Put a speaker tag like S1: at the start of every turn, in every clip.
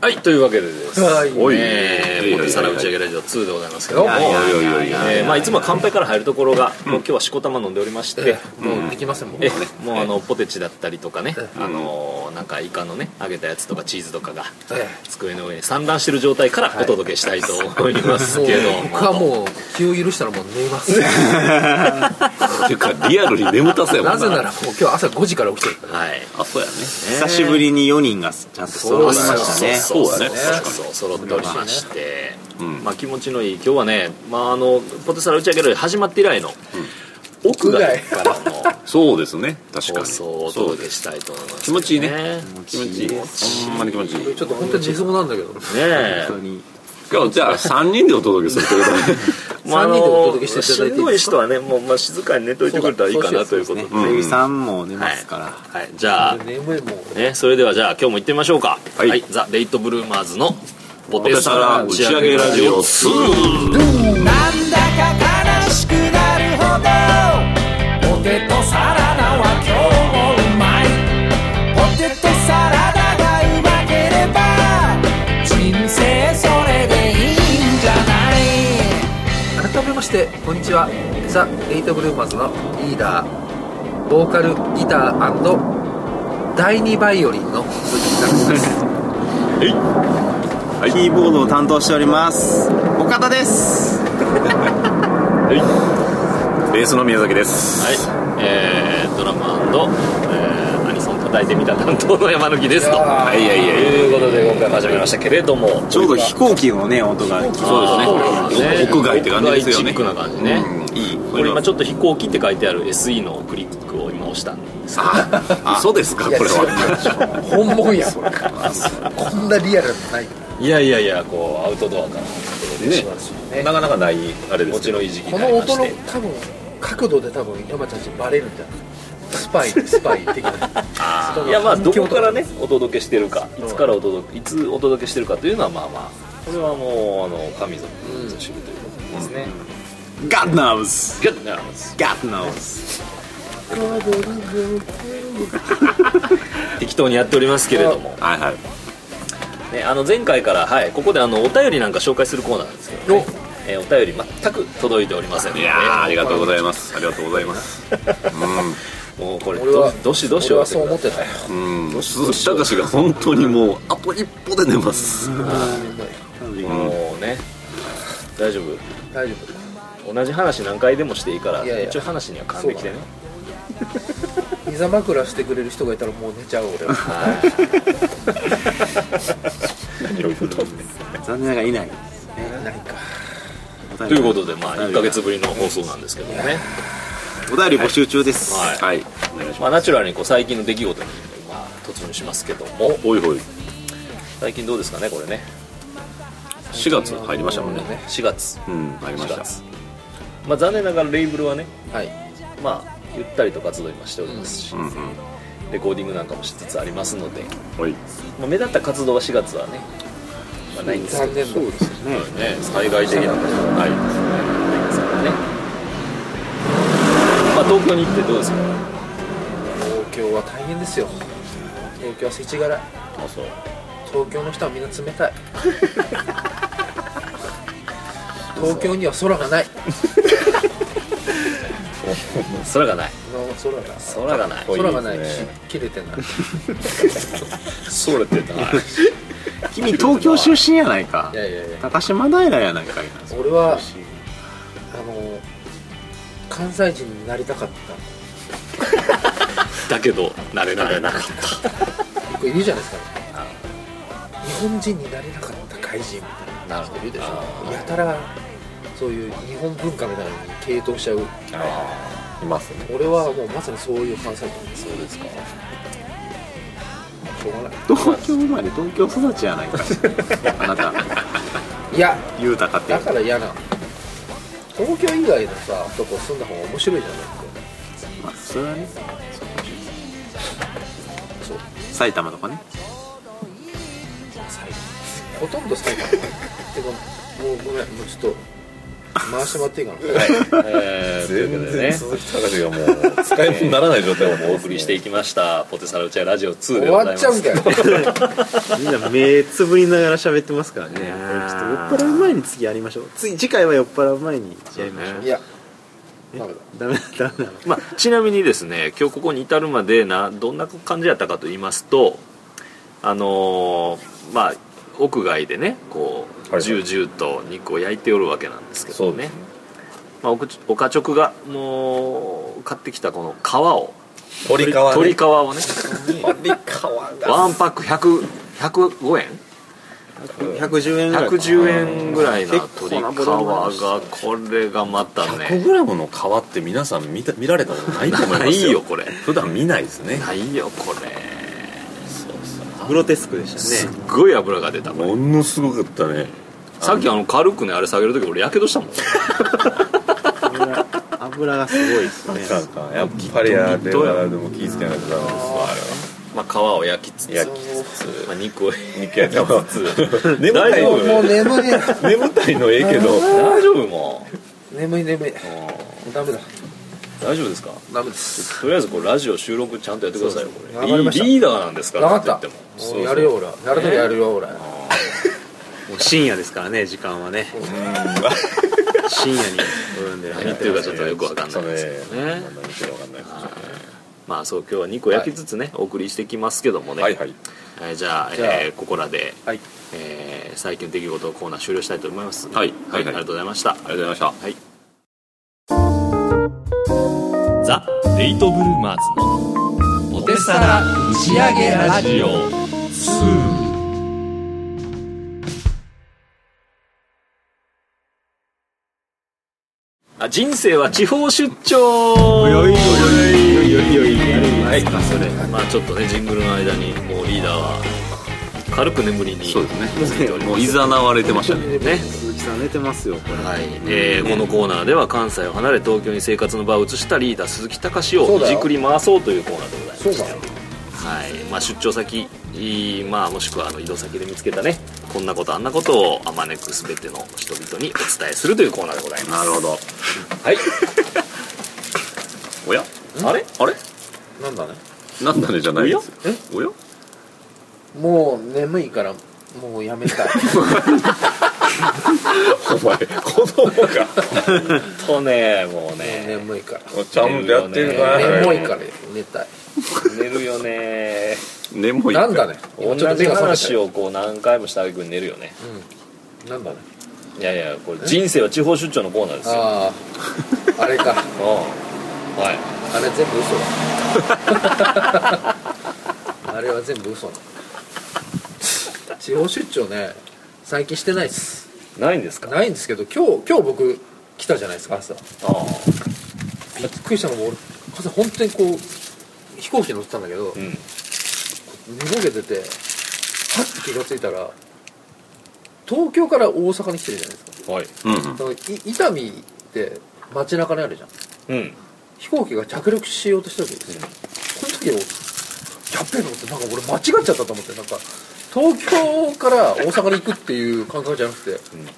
S1: はいというわけでです
S2: はい
S3: おい
S1: えー、ポテサラ打ち上げラジオ2でございますけども、
S2: はいはい
S3: やいやい
S1: えーまあ、いつもは乾杯から入るところが、もう今日はしこたま飲んでおりまして、
S2: もうできませんもん
S1: え
S2: ね
S1: もうあのポテチだったりとかね、
S2: う
S1: あのーなんかイカのね揚げたやつとかチーズとかが
S2: え
S1: 机の上に散乱してる状態からお届けしたいと思いますけど
S2: も
S1: も
S2: う僕はもう気を許したらもう 寝ます
S3: ていうかリアルに眠たそうやも
S2: なんぜならもう今日朝5時から起きてるから
S1: はい
S3: あそうやね
S4: 久しぶりに4人がちゃんと揃いましたね
S1: そうそうそ
S3: そうだ
S1: う
S3: ね
S1: そう
S3: 確かに
S1: そう揃っておりまして、
S3: うん
S1: まあ、気持ちのいい今日はね、まあ、あのポテサラ打ち上げる始まって以来の、屋外からの
S3: そうですね確か
S1: 放
S3: に
S1: 送をお
S3: そう
S1: 届
S3: で
S1: け
S3: す
S1: したいと思います
S3: 気持ちいいね気
S1: 気
S3: 持
S1: 持
S3: ち
S1: ち
S3: い
S1: い
S3: い
S1: いね
S3: ほんまに気持ちいい
S2: ちょっと本当に寝そうなんだけど
S1: え
S4: 本当に
S3: 今日じゃあ3人でお届けするってことね
S1: まああの
S2: 三人でお届けしていただいていい
S1: しんどい
S2: ですか
S1: 人はねもう、まあ、静かに寝といてくれたらいいかなということで
S4: ね
S1: うん
S4: めぐみさんも寝ま
S1: はい
S4: すから
S1: はい、じゃあ、
S2: 眠いもう
S1: ね、それではじゃあ今日も行ってみましょうか
S3: はい
S1: ザ・レイトブルーマーズのポ
S3: ポ
S1: テ
S3: テサ
S1: サ
S3: ラ打
S1: ラ打
S3: ち
S1: ち
S3: 上
S1: 上
S3: げ
S1: げ
S3: ラ
S1: ラ
S3: ジ
S1: ジ
S3: オ
S1: オ
S3: 2
S5: なんだか悲しくなるほどポテトサラダは今日もうまいポテトサラダがうまければ人生それでいいんじゃない
S2: 改めましてこんにちはザ・レイトブルーマーズのリーダーボーカルギター第2バイオリンの鈴木拓司です
S4: キーボードを担当しております岡田です
S3: ベースの宮崎です
S1: はい、えー、ドラム、えー、アニソン叩いてみた担当の山抜きですと
S3: はいいやいやいや
S1: いう ことで今回も始めましたけれども
S4: ちょうど飛行機のね音が聞こ
S3: そうですね
S1: そう
S3: 屋外って感じですよね
S1: 屋外チックな感じね、
S3: うんいい
S1: これ今ちょっと飛行機って書いてある SE のクリックを今押したんですけ
S3: あ嘘ですかこれは
S2: 本物やこんなリアルなのない
S1: どいやいやいやこうアウトドアから
S3: ねなかなかないあれで
S1: 持
S3: す
S1: ち
S3: けど
S1: のいい時期
S2: こ
S1: にな
S2: の
S1: りま
S2: 音
S1: し
S2: の
S1: て
S2: 多分角度で多分山ちゃんちバレるんじゃないスパイスパイ的な
S1: いやまあどこからねお届けしてるかいつからお届けいつお届けしてるかというのはまあまあこれはもうあの神族の知るということですね、
S4: えガッナウズ
S1: ガッナーズ
S4: ガッナウズ
S1: 適当にやっておりますけれども、
S3: はいはい
S1: ね、あの前回から、はい、ここであのお便りなんか紹介するコーナーなんですけど、ねえーお便り全く届いておりませんの
S3: い
S1: で
S3: やーありがとうございますありがとうございます
S1: もうこれ
S2: 俺は
S1: どどしどし
S2: 俺
S1: お寄
S2: は
S1: せ
S2: そう
S1: く
S2: 思
S1: だ
S2: って
S1: さい
S2: たよ
S3: うん鈴木隆が本当にもうあと一歩で寝ます
S1: もうね大丈
S2: 大丈
S1: 夫同じ話何回でもしていいから
S2: いやいや
S1: 一応話には噛んできてね
S2: 夫膝枕してくれる人がいたらもう寝ちゃう俺は
S4: 残念ながらいない
S2: 何か
S1: ということでまあ1か月ぶりの放送なんですけどもね、
S4: お便り募集中です
S1: はい
S3: はいお願いしま
S1: まあ、ナチュラルにこう最近の出来事に、まあ、突入しますけども
S3: すおいおい
S1: 最近どうですかねこれね
S3: 4月入りましたもんね
S1: 4月
S3: うん入りまし
S1: 4
S3: た
S1: 月まあ、残念ながらレーブルはね
S2: はい
S1: まあゆったりと活動今しておりますし、
S3: うんうん
S1: レコーディングなんかもしつつありますので、
S3: おい
S1: まあ、目立った活動は4月はね、まあ、ないんですけ
S2: 残
S1: ど
S2: 念だ
S1: ね災害的なことはないないんですけどね、まあ、東京に行ってどうですか
S2: 東京は大変ですよ東京は世知辛い
S1: あそう
S2: 東京の人はみんな冷たい東京には空がない
S1: 空がない
S2: 空がない
S1: 空がない
S2: 空がないし切れてない
S1: 空ってない
S4: 君東京出身やないか
S2: いやいやいや
S4: 高島平やないかいな
S2: 俺はあの関西人になりたかっ
S1: だけど慣れられなかった
S2: たこれ言うじゃないですか日本人になれなかった怪人み
S1: なるほどいいでしょ
S2: たいなやたらそういう日本文化みたいなのに傾倒しちゃう
S3: いますね
S2: 俺はもうまさにそういう関西人そうですかしょうがない
S4: 東京生まれ東京育ちやないかあなた
S2: いや
S4: 言うたかって
S2: だから嫌なの東京以外のさとこ住んだ方が面白いじゃない
S4: まあそれはね
S2: そう
S4: 埼玉とかね
S2: ほとんど埼玉ってかもうごめんもうちょっと回してもらっていいかな
S1: はい、えー、というわけでね
S6: 鈴木隆がもう使い物にならない状態をもう
S1: お送りしていきました「ポテサラうちはラジオ2」でご
S2: 終
S1: ざ
S2: わ
S1: い
S2: っ
S1: ま
S2: ちゃう
S1: す
S2: みたいな
S4: みんな目つぶりながら喋ってますからねこれちょっと酔っ払う前に次やりましょう次次回は酔っ払う前にやりましょう
S2: いや
S4: え
S2: ダメだ
S4: ダメだダメだ
S1: まあ、ちなみにですね今日ここに至るまでなどんな感じやったかと言いますとあのーまあ屋外でねこ
S6: は
S1: う
S6: い
S1: ジュージューと肉を焼いておるわけなんですけ
S6: そ
S1: ど
S6: う
S1: ね
S6: ね
S1: まあ、おかちおかちょくがもう買ってきたこの皮を
S6: 鳥皮ね
S1: 鶏皮をね
S6: 鳥皮が
S1: ワンパック100 105円
S4: 110円ぐ
S1: 110円ぐら
S4: らい
S1: いの
S4: 結構
S1: 鶏皮が
S4: なボリュームあるし
S1: これがまたね
S3: 100g の皮って皆さん見た見られたことないと思いますよ
S1: ないよこれ
S3: 普段見ないですね
S1: ないよこれ
S4: グロテスクでし
S1: す
S4: た
S1: っ
S4: ね
S1: ごい脂が出たこれ
S3: ものすごかったね
S1: さっきあの軽くねあれ下げる時俺やけどしたもん
S4: 油油がすごいですね
S6: なんかやっぱりあれはでも気ぃつけないとダメですわあれは
S1: まあ皮を焼きつつ
S6: 焼き
S1: まあ、肉を肉
S6: 焼き
S1: つつ
S6: 眠たい
S1: 大丈
S2: もう
S6: の
S2: 眠い
S6: 眠たいのええけど
S1: 大丈夫もう
S2: 眠い眠い
S1: うん
S2: ダメだ
S1: 大丈夫ですか
S2: ダメです
S1: とりあえずこうラジオ収録ちゃんとやってくださいよこれ
S2: わかりました
S1: リーダーなんですから
S2: わかった
S1: なんて言
S2: もうやるよ俺はやるときやるよ俺は
S4: もう深夜ですからね時間はね深夜に撮るん
S1: っ
S4: で
S1: ても何言ってるかちょっとよくわかんないですけどね
S6: 何言ってるかわかんないです
S1: まあそう今日は肉を焼きつつね、お送りしてきますけどもね、
S6: はいはい
S1: えーじゃあ
S2: じゃあ
S1: えーここらで、
S2: はい
S1: えー最近の出来事をコーナー終了したいと思います
S3: はいはいはい
S1: ありがとうございました
S3: ありがとうございました
S1: はいザ・レイトブルーマーズのポテサラ打ち上げラジオあ人生は地方出張
S4: よいよいよいよいよいやりますかそれ
S1: まあちょっとねジングルの間にもうリーダーは軽く眠りに
S3: そうですねもういざなわれてましたね
S1: ね
S4: 鈴木さん寝てますよこれ
S1: はいえーこのコーナーでは関西を離れ東京に生活の場を移したリーダー鈴木隆をいじくり回そうというコーナーでございます
S2: そうだよ
S1: はいまあ、出張先、いいまあ、もしくはあの移動先で見つけたねこんなことあんなことをあまねく全ての人々にお伝えするというコーナーでございま
S3: な
S1: す
S3: るほど
S1: はい
S3: おや
S1: あれ
S3: あれ
S2: なんだね
S3: なんだねじゃないです
S2: おや
S3: おや
S2: もう眠いからもうやめた い
S6: お前子供か
S1: とねもうね
S2: 眠いから
S6: ちゃんとやってるから
S2: 眠いから寝たい
S1: 寝るよね
S3: 眠い
S2: なんだね
S1: 同
S2: ちょっと
S1: じ
S2: 手が覚めた
S1: 話
S2: よ
S1: をこう何回もした挙句に寝るよね
S2: うんなんだね
S1: いやいやこれ人生は地方出張のコーナーですよ
S2: あああれか
S1: うんはい
S2: あれ全部嘘だ あれは全部嘘だ地方出張ね最近してないっす
S1: ないんですか
S2: ないんですけど今日今日僕来たじゃないですか朝
S1: ああ
S2: びっくりしたのも俺朝本当にこう飛行機乗ってたんだけど、
S1: うん
S2: 寝ぼけててはっと気がついたら東京から大阪に来てるじゃないですか
S1: はい
S3: うんうん
S2: だからい伊丹って街中にあるじゃん
S1: うん
S2: 飛行機が着陸しようとした時ですよ、この時をやっべえと思ってなんか俺間違っちゃったと思ってなんか東京から大阪に行くっていう感覚じゃなくて、
S1: ん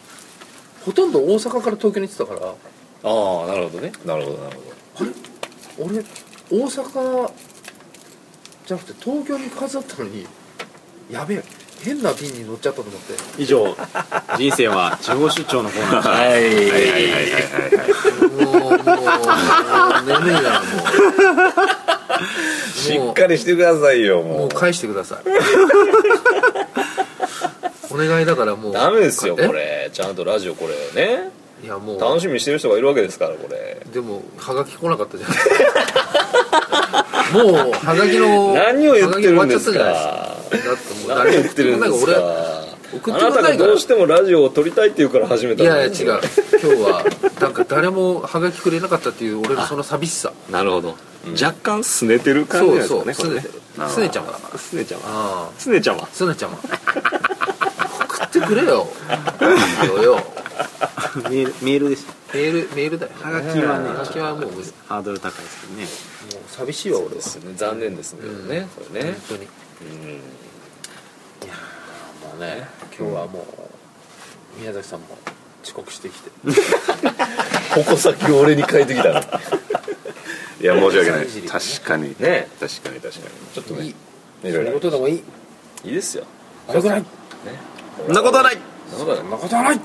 S2: ほとんど大阪から東京に行ってたから
S1: ああなるほどね
S6: なるほどなるほ
S2: 俺大阪じゃなくて東京に行くはずだったのにやべえ変な便に乗っちゃったと思って
S4: 以上人生は地方出張のコーナーでした
S1: はい
S3: はいはいはいはい
S2: もうもうもう眠いなもう
S6: どしっかりしてください
S2: も
S6: よも
S2: う
S6: う
S2: 返してく ださいお願いだからもう
S1: ダメですよ
S2: え
S1: これちゃんとラジオこれね
S2: いやもう
S1: 楽しみにしてる人がいるわけですからこれ
S2: でもはがき来なかったじゃないですか もうはがきの
S1: 何を言ってるんです
S2: はが
S1: か
S2: き終わっちゃったじゃない
S1: 何を言
S2: ですかだってもう
S1: ってるんです
S2: なんか
S1: か
S2: 俺送
S1: あ
S2: っ
S1: な
S2: てく
S1: た
S2: んな
S1: が
S2: いか
S1: ど
S2: ら
S1: うしてもラジオを撮りたいっていうから始めた
S2: い
S1: の
S2: やいや違う今日はなんか誰もはがきくれなかったっていう俺のその寂しさ
S1: なるほど、若干すねてる感じ
S2: そ
S1: なん
S2: う
S1: です
S2: そ
S1: か
S2: う
S1: ね
S2: す
S1: これ
S2: ね
S1: ね
S2: すねちゃんだから
S1: すねちゃんは
S2: ああ
S1: すねちゃんは
S2: すねちゃんは送ってくれよ よよ
S4: メールメールです
S2: メールメールだよ
S4: はがきはね
S2: はがきはもう無理もう
S4: ハードル高いですけどね
S2: 寂しいわ俺は
S1: ですね残念ですけどね、これね
S2: 本当に
S1: うんまあね
S2: 今日はもう宮崎さんも
S4: 遅刻してきて
S6: 矛先を俺に変えてきた ないや申し訳ない
S4: いじりね
S6: 確かに
S1: ね
S6: 確かに確かにちょっとね
S1: いい
S6: い
S1: そ
S6: ろ
S1: う
S6: い
S1: いう
S6: ろ
S1: ことでもいい
S6: いいですよ
S1: 悪くない
S3: そんなことはない
S1: そんなことはないは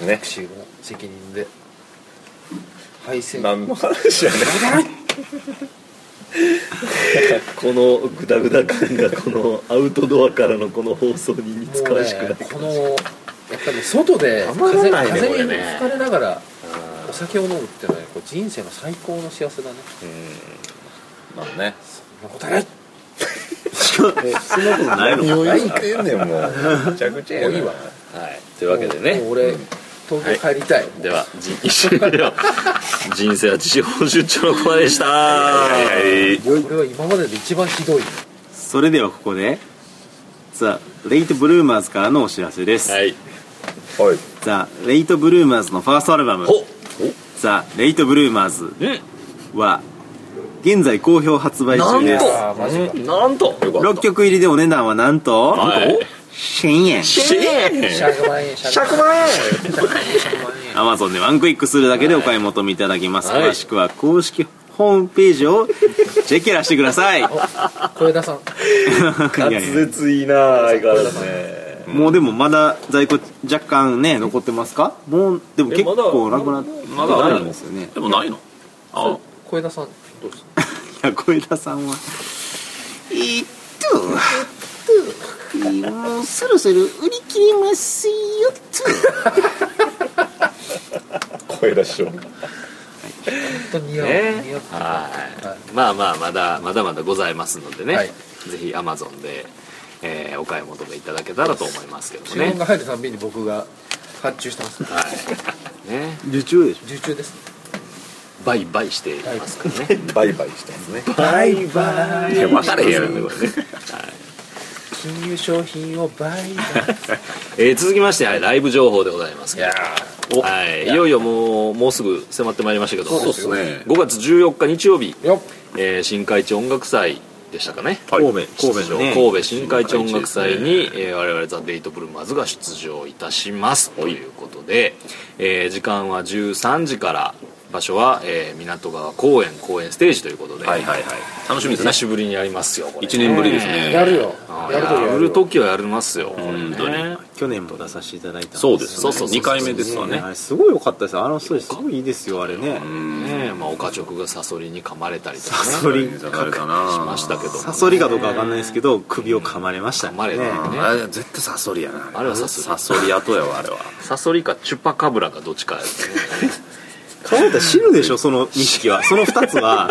S1: い
S6: ね
S1: タクシーの責任で配線
S6: 何の話やね
S3: このグダグダ感がこのアウトドアからのこの放送に似つかわしくない
S2: も
S3: う
S2: ねこのやっぱり外で
S1: たま
S2: 風,、
S1: らないね
S2: 風
S1: これ
S2: に
S1: ね
S2: 吹かれながらお酒を飲むっていうのはこう人生の最高の幸せだね
S6: まあね
S2: そんなことはない
S3: そんなことないの
S6: 何を言ってんねんもうめちゃくちゃや
S2: もういいわ
S1: はいというわけでね
S2: もう俺東京帰りたい、
S1: では 人人生は地方出張のコーナーでした
S6: はい
S2: 俺は今までで一番ひどい
S4: それではここでザ・レイト・ブルーマーズからのお知らせです、
S1: はい
S6: はい
S4: ザ・レイト・ブルーマーズのファーストアルバム
S1: ほっ
S4: 「ザ・レイト・ブルーマーズ
S1: うん」
S4: は現在好評発売中です
S2: あマジか
S1: うんなんとよ
S4: 6曲入りでお値段はなんと
S1: はい
S4: 1000円
S2: 100万円100万
S4: アマゾンでワンクリックするだけでお買い求めいただけます、
S1: はい
S4: 詳しくは公式ホームページをチェケラしてくださ いい
S2: 小枝さん
S4: やいや
S3: 絶いいな相変わらずね
S4: もうでもまだ在庫若干ね残ってますかもうでも結構なくなって
S1: まだ
S4: ないんですよね
S1: でもないのあ
S2: 小枝さんどうし
S4: いや小枝さんは「えっと」えーもうそろそろ売り切れますよ
S6: 声出しよう
S2: た本当に似合う、
S1: ね
S2: 似合う
S1: はいまあまあまだまだまだございますのでね、
S2: はい
S1: ぜひアマゾンで、えーお買い求めいただけたらと思いますけども
S2: 自
S1: ね
S2: 分が入るたんびに僕が発注してます
S1: はいね
S4: と受注でし
S2: 受注です
S1: 売買していますからね
S6: バイバイしてますね
S2: バイバイ
S1: いや分かれへんやろねこれね
S2: 金融商品をバイバイ
S1: えー続きまして、はいライブ情報でございますけど
S6: お
S1: はい、いよいよもうもうすぐ迫ってまいりましたけど
S6: そうですね
S1: 5月14日日曜日、
S2: よっ
S1: えー新海地音楽祭でしたかね
S6: はい
S4: 神戸神戸のね
S1: 神戸新海地音楽祭に、
S6: 新海地ですね
S1: えー我々ザ・デイト・ブルーマーズが出場いたしますということで、えー時間は13時から場所は、えー港川公園公園ステージということで、
S6: はいはいはい楽しみですね
S1: 久しぶりにやりますよこれ
S6: 一年ぶりですね
S2: やるよ
S1: あー
S2: やると
S1: や
S2: や
S1: る
S2: ると
S1: 時はやりますよこれね
S6: 本当に
S4: ょ去年も出させていただいたん
S6: そうです
S1: そう
S6: ね
S1: そうそう
S6: 2回目ですわ
S4: ね
S6: ね
S4: あれすごい良かったですあのストーリーすごいいいですよあれね
S1: ねえまあ、岡直がサソリに噛まれたりとか、ね、
S4: サソリ
S6: かれたな
S1: しましたけども
S4: サソリかどうかわかんないですけど首を噛まれました
S1: 噛まれた
S4: ね
S1: よね
S6: あれ絶対サソリやな
S1: あれはサソリ
S6: サソリ跡やわあれは
S1: サソリかチュパカブラかどっちかやね
S4: 噛まれたら死ぬでしょその2匹はその2つは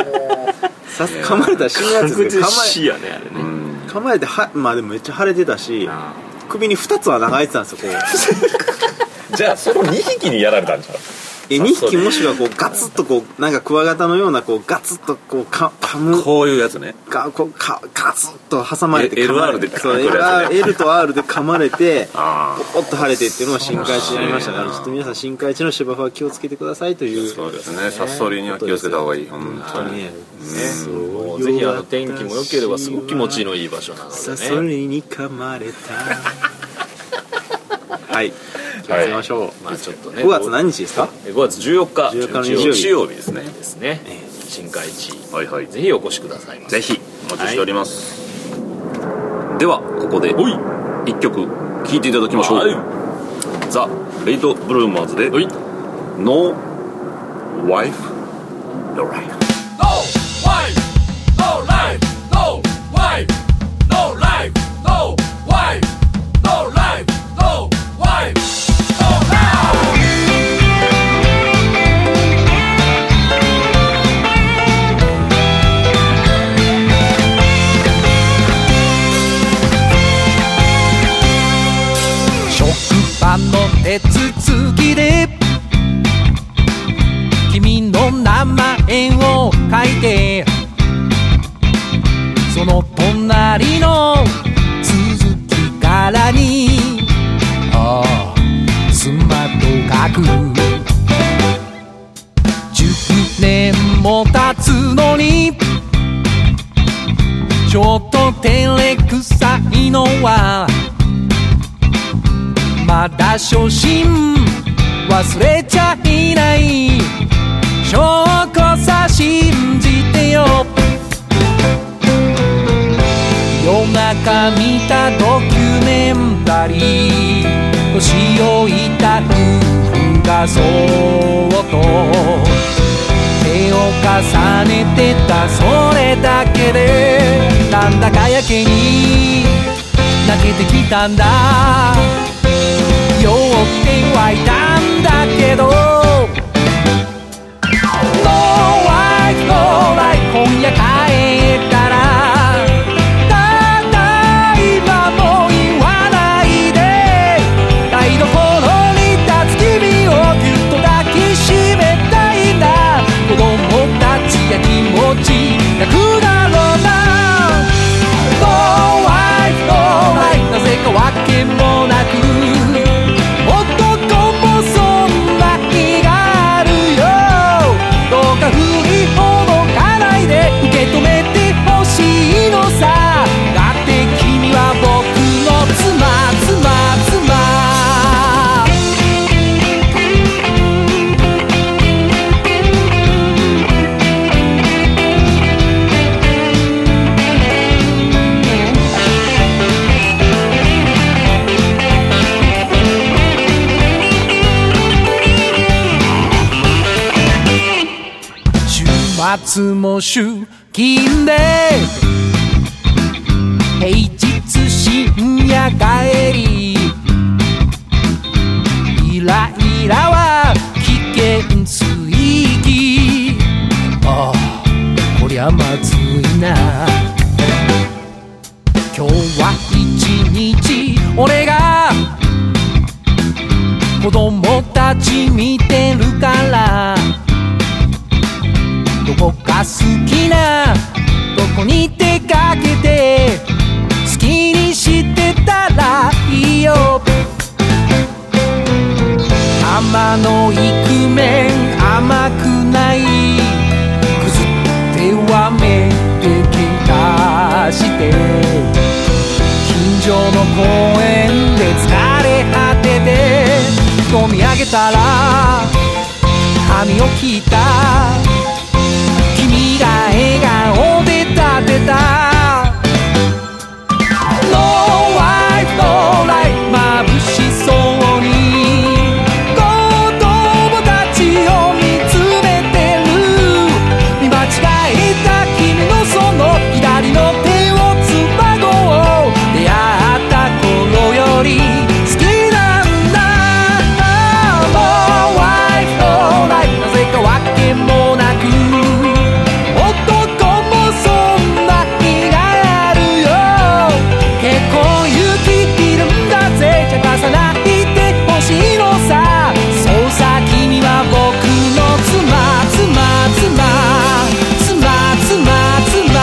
S4: さ噛まれたら死ぬやつ
S1: 確
S4: です
S1: 実
S4: け
S1: に
S4: ど噛
S1: 死やねあれね、
S4: まれ噛まれてはまあでもめっちゃ腫れてたし
S1: あ
S4: 首に2つ穴が開いてたんですよこう
S6: じゃあその2匹にやられたんちゃう
S4: え2匹もしくはこうガツッとこうなんかクワガタのようなこうガツッとこうか噛む
S6: こういうやつね
S4: がこうかガツッと挟まれて
S6: え
S4: 噛まれ
S6: LR で
S4: そう
S6: 来るやつ
S4: LR L と R で噛まれて
S6: あ
S4: ポコッと腫れてっていうのが深海地にありましたからちょっと皆さん深海地の芝生は気をつけてくださいという
S6: そうですねサソリには気をつけた方がいい本当に
S4: ね
S1: もうぜひあの天気も良ければすごく気持ちのいい場所なの
S4: サソ
S1: でね
S4: リに噛まれたはい気をつけましょう、
S1: まあちょっとね
S4: 5月何日ですか
S1: え5月14日
S4: 14日の
S6: 日曜日ですね
S1: ですね新海地
S6: はいはい
S1: ぜひお越しくださいませ
S6: ぜひお待ちしております、ではここで1曲聴いていただきましょう、
S1: はい
S6: ザ・レイト・ブルーマーズで
S1: はい
S6: 「No Wife No Life」
S5: No wife, no life, no wife, no life, no wife, no life, no wife, no life. 職場の手続きで君の名前を書いてその隣の続きからにああスマと書く10年も経つのにちょっと照れくさいのはまただ初心忘れちゃいない証拠さ信じてよ夜中見たドキュメンタリー年老いた夫婦がそっと手を重ねてたそれだけでなんだかやけに泣けてきたんだ酔ってはいたんだけど No life no life 今夜帰ったらただ今も言わないで台所に立つ君をぎゅっと抱きしめたいんだ子供たちや気持ち泣くだろうな No life no life なぜかわけもなく男もそんな日があるよどうか振りほどかないで受け止めてほしいのさだって君は僕の妻妻妻週末も出勤で平日深夜帰りイライラは危険水域ああこりゃまずいな今日は一日俺が子供たち見てるからどこか好きなどこに出かけて好きにしてたらいいよ玉のイクメン甘くないくずってはめて喧嘩して近所の公園で疲れ果てて飲み上げたら髪を切った君が笑顔で立てた No life no life 眩しそうに子供たちを見つめてる見間違えた君のその左の手をつなごう出会った頃より好きなんだ No life no life なぜかわけもなく男もそんな日があるよ結婚勇気いるんだぜ茶化さないでほしいのさそうさ君は僕の妻妻妻妻妻妻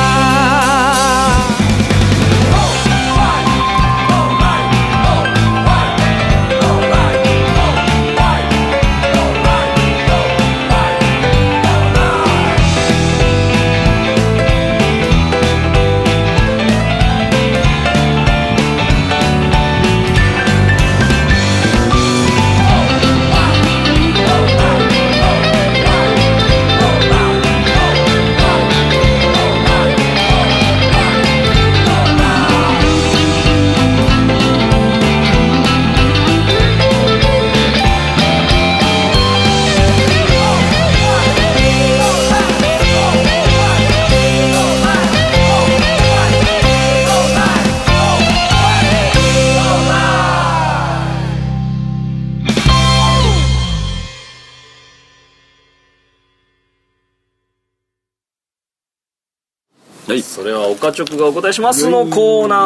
S6: はい
S1: それは岡直がお答えしますのコーナー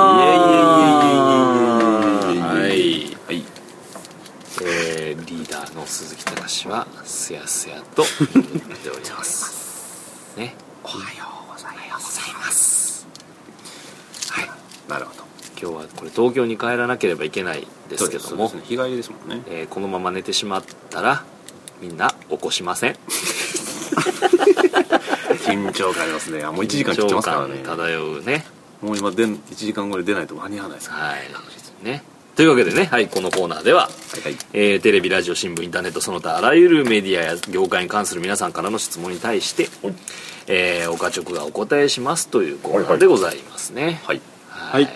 S1: はい
S6: はい
S1: えーリーダーの鈴木隆はすやすやと言っておりますねおはようございますはい
S6: なるほど
S1: 今日はこれ東京に帰らなければいけないですけども、
S6: そうですね日帰りですもんね
S1: えーこのまま寝てしまったらみんな起こしません
S6: 緊張感ありますねあもう1時間切ってますからね
S1: 緊張感漂うね
S6: もう今で1時間後で出ないと間に合わないですから
S1: はいねというわけでね、はい、このコーナーでは、えーテレビラジオ新聞インターネットその他あらゆるメディアや業界に関する皆さんからの質問に対して、えー、岡直がお答えしますというコーナーでございますねはい、はい
S4: はい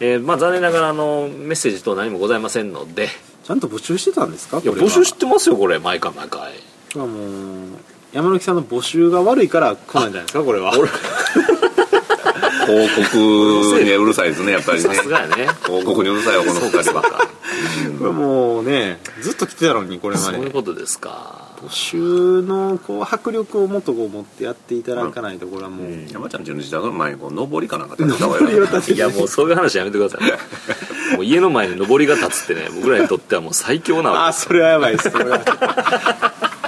S1: えーまあ、残念ながらあのメッセージ等何もございませんので
S4: ちゃんと募集してたんですか
S1: いや
S4: これは
S1: 募集してますよこれ毎回毎回
S4: あもう山貫さんの募集が悪いから来ないんじゃないですかこれは
S6: 広告にうるさいですねやっぱり ね
S1: さすがやね
S6: 広告にうるさいわこの二人は
S4: これもうねずっと来てたのにこれま
S1: そう
S4: で
S1: いうことですか
S4: 募集のこう迫力をもっとこう持ってやっていただかないとこれはもう、
S6: 山ちゃんちの自宅の前にこう上りかなんか立てた方
S4: こ
S6: がい
S4: れ
S6: い
S4: を
S6: な
S4: 立て
S1: いやもうそういう話やめてくださいもう家の前に上りが立つってね僕らにとってはもう最強な
S4: あ
S1: わ
S4: あそれはやばいですそ れは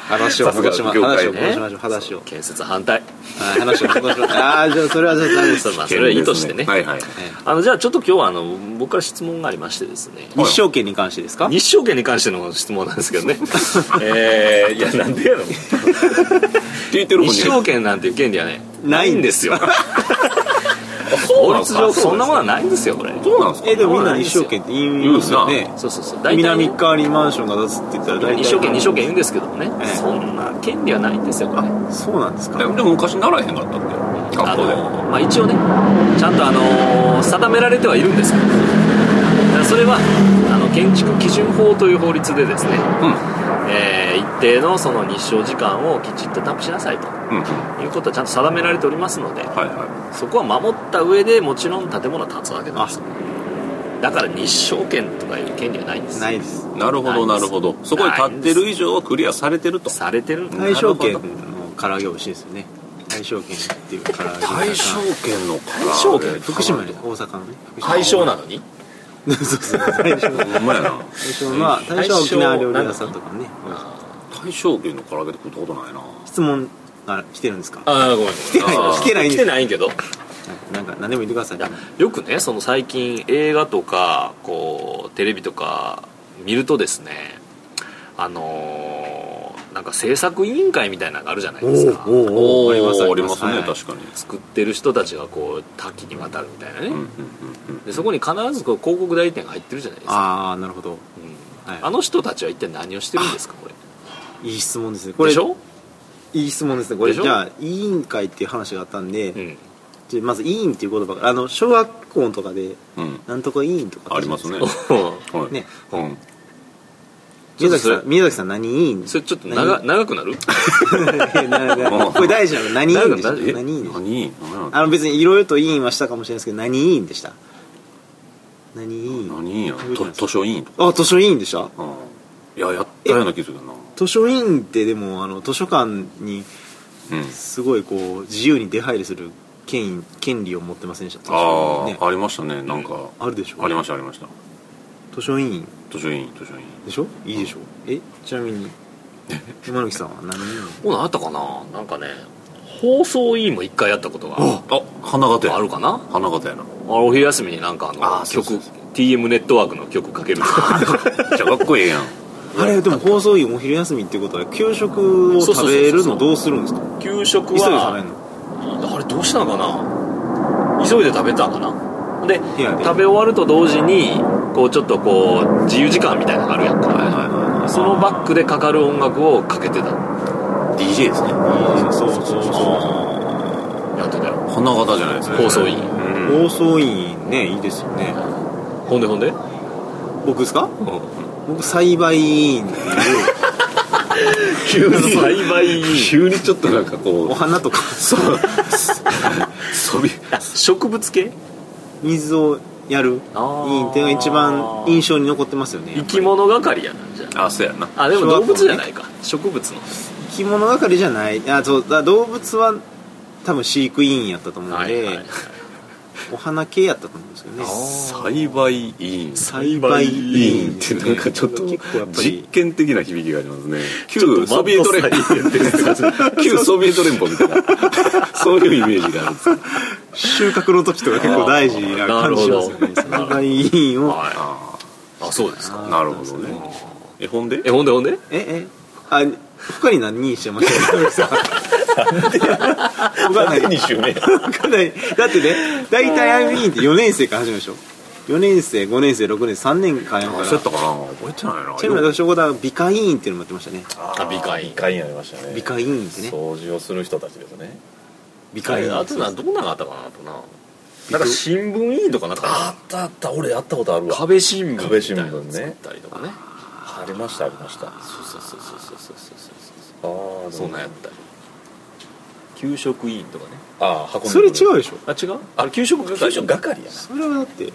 S4: 話を戻し
S6: さ
S4: ま
S6: すが業界
S4: 話を
S1: け
S4: 戻しましょう話
S1: そ
S4: を
S1: う建設反対
S4: はい話を戻しましょうああじゃ あそれはちょっとダメです
S1: そうまあそれは意図してね
S6: はいはい
S1: あのじゃあちょっと今日はあの僕から質問がありましてですね
S4: 日照圏に関してですか
S1: 日照圏に関しての質問なんです けどねえー、いやなんでやろ
S6: 聞いてる
S1: 日
S6: 方
S1: 照
S6: に
S1: 圏なんていう権利はね
S4: ないんです
S1: よ法律上そんなものはないんですよこれ
S6: そうなんですか
S4: えでもみんな日照圏って言うんですよね
S1: そうそうそう
S4: 南側にマンションが出すって言ったら大体
S1: 日照圏日照圏言うんですけどもね
S4: ええ
S1: そんな権利はないんですよこれね
S4: そうなんです
S6: で
S4: か
S6: も昔ならへんかったって
S1: あ
S6: 学校で
S1: のまあ、一応ねちゃんと、あの定められてはいるんですけどだからそれはあの建築基準法という法律でですね、えー一定のその日照時間をきちっとタップしなさいと
S6: うんうん
S1: いうことはちゃんと定められておりますので
S6: はいは
S1: そこは守った上でもちろん建物は建つわけなんですよだから日照権とかいう権利はないんです
S4: ないです
S6: いなるほどなるほどそこに立ってる以上はクリアされてると
S1: されてるんだ
S4: 大正圏の唐揚げ美味しいですよね大正圏っていう唐揚げ
S6: 大正圏のから
S1: 大正圏
S4: 福島で大阪のね福島
S1: 対象なのに
S4: そうそう大正
S6: ほんまやな
S4: 大正まあ大正は沖縄料理屋さんとかね
S6: 大正圏の唐揚げって食ったことないな
S4: 質問が来てるんですか
S1: ああごめん
S4: 来てない
S1: あー
S4: 来てないん
S1: 来
S4: で
S1: て
S4: す
S1: ないけど
S4: なんか何でも言ってください
S1: いやよくねその最近映画とかこうテレビとか見るとですねあのーなんか制作委員会みたいなのがあるじゃないですか
S4: お
S6: ー
S4: おあります
S6: ありますね
S4: はい
S6: 確かに
S1: 作ってる人たちがこう多岐にわたるみたいなね、
S6: うんうんうん
S1: でそこに必ずこう広告代理店が入ってるじゃないですか
S4: ああなるほど
S1: うん
S4: はい
S1: あの人たちは一体何をしてるんですかこれ
S4: いい質問ですねこれ
S1: でしょ、
S4: いい質問ですねこれ
S1: でし
S4: じ
S1: ょ
S4: ゃあ委員会っていう話があったんで、
S1: うん、
S4: じゃあまず委員っていう言葉があの小学校とかで
S6: うんうん
S4: なんとか委員とか
S6: ありますねはい
S4: ね
S6: うん
S4: 宮崎
S1: ちょっと
S4: さ
S1: そ
S4: ん宮崎さん何委員
S1: それちょっと 長長くなる
S6: もう
S4: これ大事なの何委員でした
S1: 誰が誰
S4: 何委員でした
S6: 何何や
S4: あの別にいろいろと委員はしたかもしれないですけど何委員でした何委員
S6: 何やと図書委員とか
S4: あ図書委員でした
S6: うんいややったような気づくな
S4: 図書委員ってでもあの図書館に
S6: うん
S4: すごいこう自由に出入りする権威権利を持ってませんでした図書
S6: あ
S4: 委員ね
S6: あありましたねなんか
S4: あるでしょ
S6: ありましたありました
S4: 図書委員
S6: 図書委員図書委員
S4: でしょいいでしょえちな みに山貫さんは何人
S1: こういうのあったかななんかね放送委員も一回やったことが
S6: あ花形や
S1: あるかな
S6: 花形やな
S1: あお昼休みになんかあの
S6: あそうそ
S1: 曲
S6: うそ
S1: TM ネットワークの曲かけるとか
S6: じゃあかっこええやん
S4: あれでも放送委員お昼休みっていうことは給食を食べるのどうするんですか
S1: 給食
S4: 急いで食べ
S1: は
S4: るの
S1: あれどうしたのかな急いで食べたのかなで
S4: 部屋で
S1: 食べ終わると同時にこうちょっとこう自由時間みたいなのがあるやんか、そのバックでかかる音楽をかけてた
S6: DJ ですね
S4: そうそうそう
S1: やってたよ
S6: 花形じゃないですか
S1: 放送委員
S6: うん
S4: 放送委員ねいいですよね
S1: ほんでほんで
S4: 僕ですか僕栽培委員ってい
S6: 急
S4: う
S1: 栽培委員
S6: 急にちょっとなんか
S4: お
S6: こ
S4: 花 とか
S6: うそび
S1: あ 植物系
S4: 水をやる
S1: あー
S4: 委員っていうのが一番印象に残ってますよね
S1: 生き物係やなじゃ
S6: あそうやな
S1: ああでも動物じゃないか、植物の
S4: 生き物係じゃないあそうだ動物は多分飼育委員やったと思うんで、お花系やったと思うんですけどね
S6: 栽培委員
S4: 栽培委
S6: っ
S4: 員
S6: てなんかちょっと
S4: 結構やっぱ
S6: 実
S4: り
S6: 験的な響きがありますね
S1: ょ
S6: 旧
S1: っとマッド
S6: ソビエト連邦旧ソビエト連邦みたい なそういうイメージがあるんです
S4: 収穫の時とか結構大事な感じしますよね
S1: なるほど
S4: 栽培委員を
S1: はい
S6: あ
S1: あそうですか
S6: あなるほどね絵本で
S1: えほんでほんで
S4: ええあ他に何人してました か 他に
S6: 周目
S4: 他にだってね大体アイビーンって4年生から始めるでしょ4年生5年生6年生3年間やから
S6: 焦ったかな覚えてないな
S4: ちなみに私はこだ美化委員っていうのもやってましたね
S1: あ美化委員
S7: 美化委員ありましたね
S4: 美化委員ってね
S7: 掃除をする人たちですね
S4: 美
S1: あ
S4: 化委
S1: れ
S4: 員
S1: あとなどんなのがあったかなあ
S7: な
S1: とな
S7: んか新聞委員とかなかった
S1: あ
S7: ったあった俺やったことある
S1: 壁新聞みたい
S7: 壁新聞
S1: な
S7: ね
S1: の作ったりとかね
S7: ありましたありましたあ
S1: そうそうそうそうそうそうそう
S7: あ
S1: そうそんなんやったり給食委員とかね
S7: ああ箱根
S4: それ違うでしょ
S1: あ違うあれ給食係
S7: 給食係や
S4: それはだって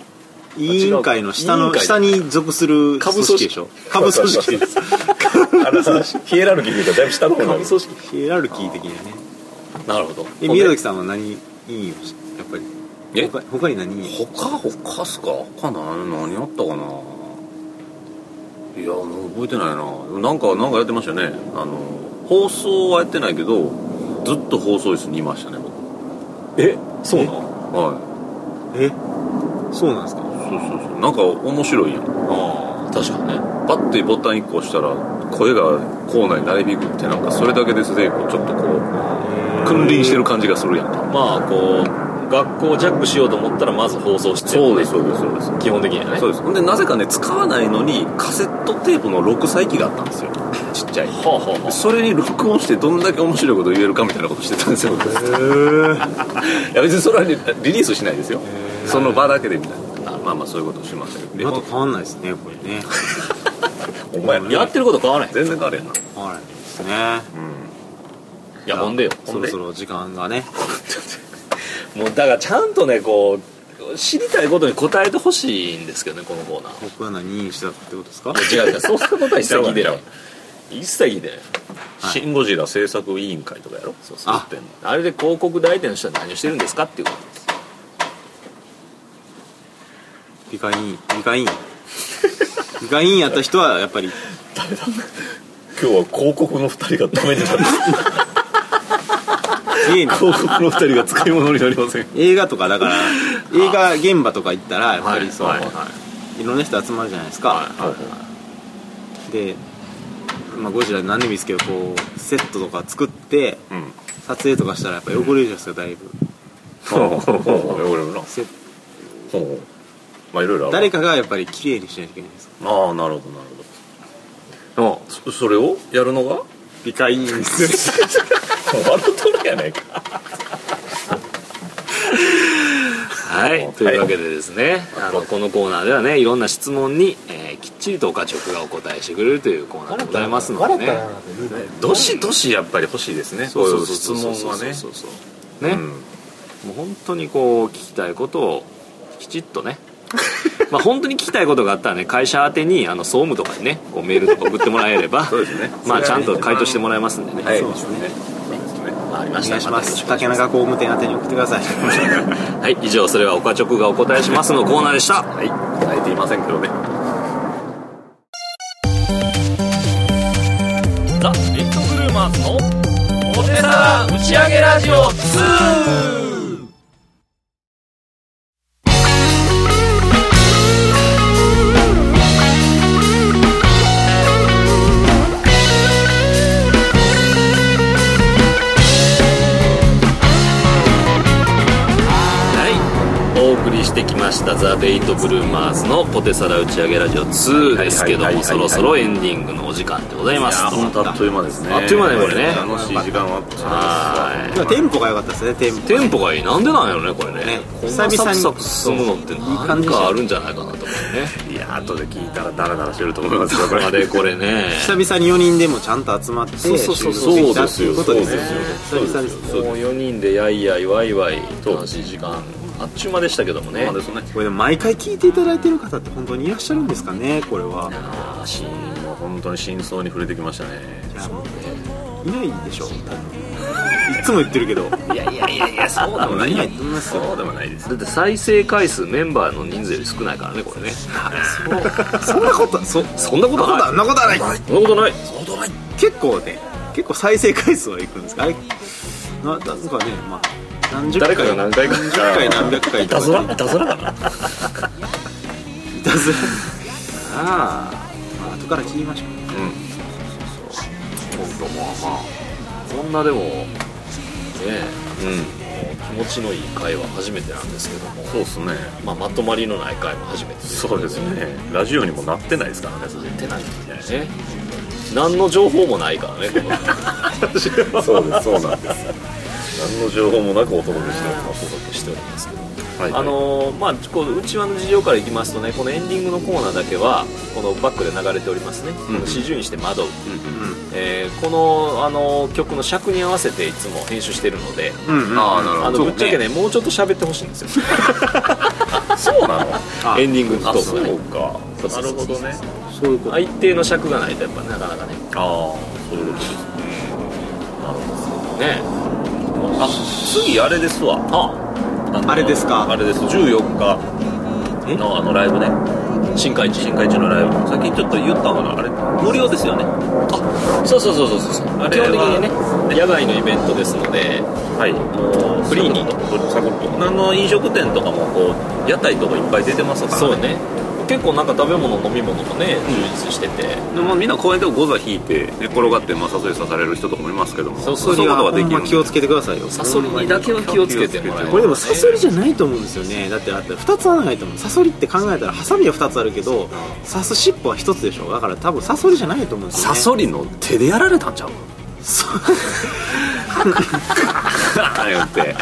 S4: 委員会の下
S1: 委員
S4: の
S1: 会
S4: 下に属する
S1: 下部組織
S4: 組織でしょ下部組織です
S7: なあのヒエラルキーでいうとだいぶ下の方になる
S1: 織
S4: ヒエラルキー的なね
S1: なるほど
S4: え宮崎さんは何委員をしやっぱり
S6: え
S4: 他他に何委員
S6: 他他っすか他何何あったかないやもう覚えてないななんかなんかやってましたねあの放送はやってないけどずっと放送室にいましたね僕
S7: えそうなの
S6: は
S4: えそうなんですか
S6: いそうそうそうなんか面白いやん
S1: ああ確かにね
S6: パッてボタン1個押したら声が校内に鳴り響くってなんかそれだけで成功ちょっとこう君臨してる感じがするやんか
S1: まあこう学校をジャックしようと思ったらまず放送して
S6: そうですそうですそうです
S1: 基本的にはね
S6: そうですほんでなぜかね使わないのにカセットテープの録載機があったんですよちっちゃい
S1: はあはあはあ
S6: それに録音してどんだけ面白いこと言えるかみたいなことしてたんですよ僕いや別にそれはねリリースしないですよその場だけでみたいなまあまあそういうことをしましたけどで
S4: また変わんないですねこれね
S6: お前ら
S1: やってること変わらない
S6: 全然変われへんな
S4: 変わらないですね
S1: いやほんでよ
S4: そろそろ時間がね
S1: もうだからちゃんとねこう知りたいことに答えてほしいんですけどねこのコーナー
S4: 僕は何委員してたってことですか
S1: いや違う違うそんなことは一切聞いてない
S6: 違
S1: 一切聞いてない
S6: シン・ゴジラ制作委員会とかやろそうそう
S4: あ
S6: ってんの
S1: あれで広告代理店の人は何をしてるんですかっていうことです
S4: 美化委員美化委員 美化委員やった人はやっぱり
S7: 今日は広告の2人がダメになる
S4: 家に
S7: 広告の2人が使い物になりません
S4: 映画とかだから映画現場とか行ったらやっぱりそう、
S1: はいいはい
S4: ろんな人集まるじゃないですか、で、まあ、ゴジラ何でもいいですけどこうセットとか作って、撮影とかしたらやっぱ汚れるじゃないですかだいぶ、
S6: 汚れるな
S4: セッ
S6: ほうまあいろいろある
S4: 誰かがやっぱり綺麗にしないといけないんです
S6: ああなるほどなるほどあそそれをやるのが
S4: 美化委員にする
S7: 笑っとるやないか
S1: はいというわけでですね、あのこのコーナーではねいろんな質問に、えーきっちりと岡直がお答えしてくれるというコーナーでございますのでね
S6: どしどしやっぱり欲しいですね
S1: そうそうそう
S6: 質
S1: そう
S6: 問はね
S1: そうそうそうね、
S6: うん
S1: もう本当にこう聞きたいことをきちっとね まあ本当に聞きたいことがあったらね会社宛てにあの総務とかにねこうメールとか送ってもらえれば
S6: そうですね
S1: まあちゃんと回答してもらえますんでね、
S6: はい
S1: そう
S6: ですねそうですね
S1: まあありま
S4: お
S1: したら
S4: 願いし
S1: ま
S4: ま
S1: たよろしく
S4: す
S1: お願い
S4: 竹
S1: しま
S4: 中工務店宛てに送ってください
S1: すはい以上それは岡直がお答えしますのコーナーでした
S6: はい答えていませんけどね
S5: ザ・ビッグブルーマンズのモテサラ打ち上げラジオ2
S1: はいお送りしてきました「ザ・ベイト・ブルーマーズ」のポテサラ打ち上げラジオ2ですけど
S6: はいはいはいはいは
S1: も
S6: い
S1: そろそろエンディングのお時間でござい
S6: いや
S1: ます
S6: ー本当あっという間ですね
S1: あっという間だよこれね
S6: 楽しい時間はあっという間
S1: はい
S4: 今テンポが良かったですねテンポ
S1: テンポがいいなんでなんやろねこれね
S4: ね
S1: こんな
S4: 久
S1: サ
S4: 々
S1: ク
S4: に
S1: サク進むのって
S4: 感
S1: 何
S4: じでし
S1: か
S4: た
S1: あるんじゃないかなと思うね
S6: いや後で聞いたらダラダラしてると思いますよ
S1: こ
S6: これ
S1: れでこれね
S4: 久々に4人でもちゃんと集まって収
S1: そう
S4: 録
S1: そうそう
S4: できたっていうことですよ
S6: そうですよ
S4: 久々ですね
S1: もう4人でやいやいわいわい楽しい時間あっちゅう間でしたけどもね
S6: そうですね
S4: これでも毎回聞いていただいてる方って本当にいらっしゃるんですかねこれは
S6: あーもう本当に真相に触れてきましたね
S4: いやもうねいないでしょ多分いつも言ってるけど
S1: いやいやいやいやそうだもんね
S4: いないと思いますよ
S6: そうでもないです
S1: だって再生回数メンバーの人数より少ないからねこれね
S4: そんなことそ
S1: そんなことない
S4: そんなことはない
S1: そんなことない
S4: 結構ね結構再生回数はいくんですかあれななんかねまあ何十回
S1: 誰かが何回か
S4: 何十回何百回とかね
S1: いたずらかない
S4: たずらああ、まあ、後から聞きましょう
S1: 本当もうまあこんなでもね
S6: うん
S1: 気持ちのいい会は初めてなんですけども、
S6: そうですね
S1: まあ、まとまりのない会も初めて
S6: そうですねラジオにもなってないですからねそれ
S1: 出ないんだよね何の情報もないからねこの
S6: そうですそうなんです何の情報もなくお届けしておりま
S1: お届けしておりますけど
S6: す、 はい
S1: あのーまあこう内輪の事情からいきますとねこのエンディングのコーナーだけはこのバックで流れておりますね
S6: う
S1: 「
S6: ん
S1: 四十にして惑う」
S6: うん
S1: えーこの、あのー曲の尺に合わせていつも編集してるので
S4: うんうん
S6: ああなる
S1: あ
S6: ほ
S1: の
S6: ど
S1: ぶっちゃけねもうちょっと喋ってほしいんですよ
S6: そうなの
S4: あ
S1: エンディングのト
S6: あ
S1: ーク
S6: そ
S1: がね
S6: うか
S1: そうそうそうそう
S4: そういうこと
S1: あ一定の尺がないとやっぱなかなかね
S6: ああそういうことです
S1: ね
S6: あ次あれですわ
S1: あ
S6: あの
S4: あれですか
S6: あれです14日のあのライブね
S1: 深海地
S6: 深海中のライブさっきちょっと言ったのかなあれ無料ですよね
S1: そうそうそうそうそう
S6: あ
S1: 基
S6: れは
S1: 本的にね野外のイベントですので
S6: はいもう
S1: フリーに
S6: サクッとサクッと何の飲食店とかもこう屋台とかいっぱい出てますから
S1: そうね結構なんか食べ物飲み物もね充実してて、
S6: でもみんな公園でもゴザ引いて寝転がってまあ誘い刺される人とかもいますけども
S1: そう
S6: そういう
S4: は
S6: ことが
S4: ほ
S6: で
S4: ん
S6: きる
S4: ま
S6: んで
S4: 気をつけてくださいよ
S1: サソリにだけは気をつけてもらえ
S6: 気をつけて
S4: これでもサソリじゃないと思うんですよねだってあって2つはないと思うサソリって考えたらハサミは2つあるけど刺す尻尾は1つでしょだから多分サソリじゃないと思うんですよね
S6: サソリの手でやられたんちゃう
S4: そ
S6: あれって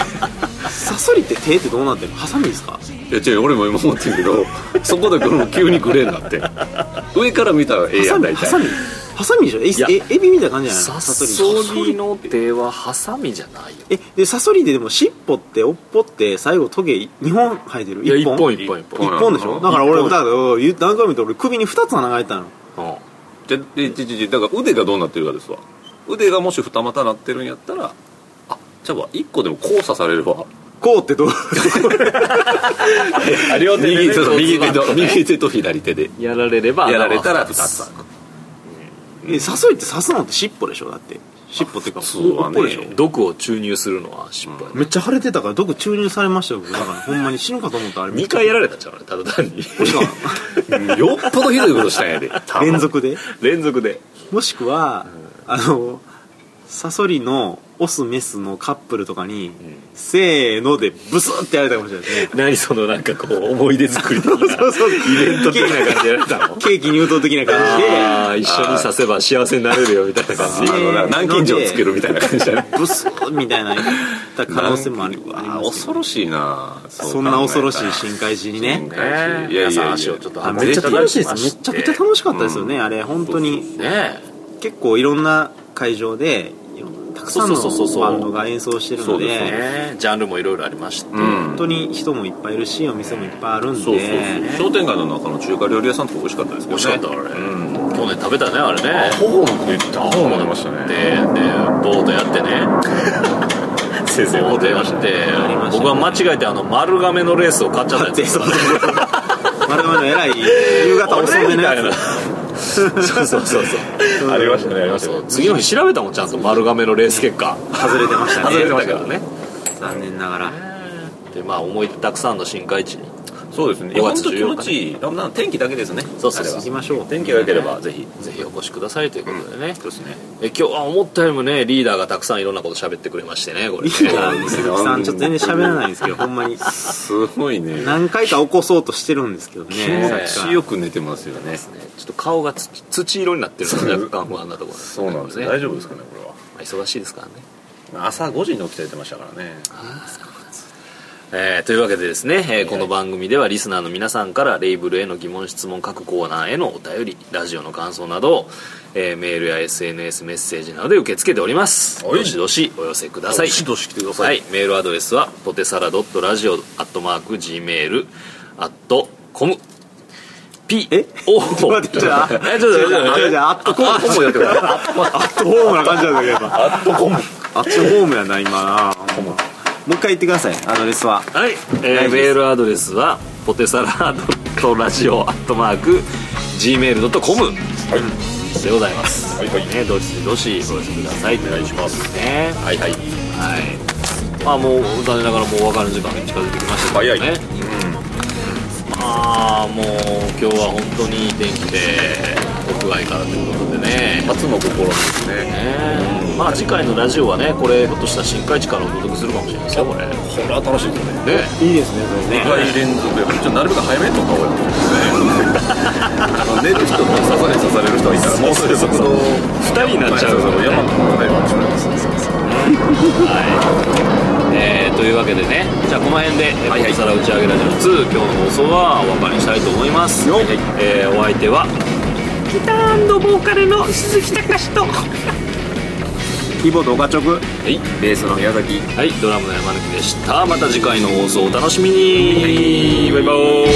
S4: サソリって手ってどうなってるのハサミですか
S6: いや違う俺も今思ってるけどそこでこの急にグレーになって上から見たらええや
S4: ハサ
S6: ん
S4: ミ
S6: 大
S4: ハサミ
S6: 体
S4: ハサミでしょええエビみたいな感じじゃない
S1: サ
S4: のサソリ
S1: ソリの手はハサミじゃないよ
S4: えでサソリででも尻尾って尾っぽって最後トゲ2本生えてる1本
S1: 一本一
S6: 本
S4: 一本でしょだから俺
S6: 一本
S4: だから言う何回も言って俺首に2つ穴が開いたの
S6: じゃでちちちだから腕がどうなってるかですわ腕がもし二股なってるんやったらあちゃうわ一個でも交差されるわ
S4: こうってどう
S1: 両手でね
S6: 右そうそう
S1: こう
S6: 右手と右手と左手で
S1: やられれば
S6: やられたら
S1: 穴
S6: 二
S1: は
S6: つ開く
S4: えサソリって刺すのって尻尾でしょだって尻尾っていうか
S6: 普通はね
S4: 尾っぽでしょ
S1: 毒を注入するのは失敗、
S4: めっちゃ腫れてたから毒注入されましたよ僕だからほんまに死ぬかと思ったあれ
S1: 二回やられたんちゃうねただ単 に
S4: もしくは
S6: うんよっぽどひどいことしたんやで
S4: 連続で
S1: 連続で
S4: もしくは、あのサソリのオスメスのカップルとかに、せーのでブスってやられたかもしれないですね
S1: 何そのなんかこう思い出作り的な
S4: そうそ
S1: イ
S4: う
S1: ベント的な感じでやられたの
S4: ケーキ入刀的な感じで
S1: ああ一緒にさせば幸せになれるよみたいな感じ
S6: あのな南京錠つけるみたいな感じだね
S4: ブスみたいな言った可能性もある
S6: うわ
S4: あり
S6: ー
S4: ます
S6: 恐ろしいな
S4: そんな恐ろしい
S6: し
S4: 深海寺にね
S6: いやいやいや
S1: 皆さん足をちょっと
S4: あめっちゃ楽しいですめちゃくちゃ楽しかったですよね、
S6: う
S4: あれ本当に
S1: ね
S4: 結構いろんな会場でいろんなたくさんの
S1: そうそうそうそう
S4: バンドが演奏してる
S6: そ
S4: ので
S6: うです
S1: えねジャンルもいろいろありまして、
S6: うん
S4: 本当に人もいっぱいいるしお店もいっぱいあるんで
S6: そうそうそう商店街の中の中華料理屋さんとか美味しかったですけ
S1: 美
S6: ど
S1: 味し
S6: ね
S1: かったあれ、
S6: うん
S1: 去年食べたねあれね
S6: ホームったホーム出まし
S1: で
S6: た
S1: でボートやってね
S6: 先生
S1: ボートやって僕は間違えてあの丸亀のレースを買っちゃったやつですからね
S4: 丸々の偉い夕方遅めのやつ
S1: そうそうそうそう
S6: ありましたねありましたね
S1: そう次の日調べたもんちゃんと丸亀のレース結果
S4: 外れてました
S1: 外
S4: ね
S1: れてましたからね
S4: 残念ながら
S1: でまあ思い出たくさんの深海地に
S6: そうですねい
S1: 5
S6: や
S1: 月
S6: 本当気
S1: 14
S6: 持ちいいなんなん天気だけですね
S1: そうそれは
S4: 行きましょう
S6: 天気が良ければぜひ
S1: ぜひお越しくださいということでね、
S6: そうですね
S1: え今日は思ったよりもねリーダーがたくさんいろんなこと喋ってくれましてねこれね
S4: あ鈴木さんちょっと全然喋らないんですけどほんまに
S6: すごいね
S4: 何回か起こそうとしてるんですけどね
S6: 気持ちよく寝てますよね
S1: ちょっと顔がつ土色になってるのが若干不安なところ
S6: そうなんです
S1: ね
S6: ね大丈夫ですかねこれは
S1: まあ忙しいですからね
S6: 朝5時に起きててましたからね
S1: えーというわけでですね、えーこの番組ではリスナーの皆さんからレイブルへの疑問質問各コーナーへのお便りラジオの感想などを、えーメールや SNS メッセージなどで受け付けております
S6: はい
S1: どしどしお寄せください
S6: どしどし来てください
S1: はい、メールアドレスはポテサラドットラジオアットマーク Gmail.com P
S4: え
S1: O
S4: ちょ っと待ってちょっと
S1: えちょっと
S4: じ
S1: 待って
S4: ゃあアットコーム
S1: もうやってください
S4: アットホームな感じなんだけどアットコームアットホームやな今なもう一回言ってくださいアドレスは
S1: はい、え
S4: 大
S1: ー、
S4: 事です
S1: メールアドレスはポテサラドットラジオアットマーク gmail.com でございます、はいはいね、どしどしお寄せくださいお願いしますねはいはいはいまあもう残念ながらもうお別れの時間が近づいてきましたけどね
S6: 早い
S1: まあもう今日は本当にいい天気でお不具合からということでね
S6: 初の試みですね
S1: ねまあ次回のラジオはねこれひょっとしたら新海地からお届けするかもしれないですよこれね
S6: これは楽しいですね
S5: いいですねそれ
S6: 2回連続やっぱちょっとなるべく早めに撮った方がいいと思うんですね あの寝る人と刺され刺される人がいたらもうすぐ速度
S1: 2人になっちゃう
S6: 山
S1: ね
S6: の問題はしまいます
S1: はいえーというわけでねじゃあこの辺で「はいはい、皿打ち上げラジオ2」今日の放送はお別れにしたいと思います、えーお相手は
S5: 規模とガチョク
S6: はいベースの宮崎
S1: はいドラムの山抜きでしたまた次回の放送お楽しみに、バイバーイ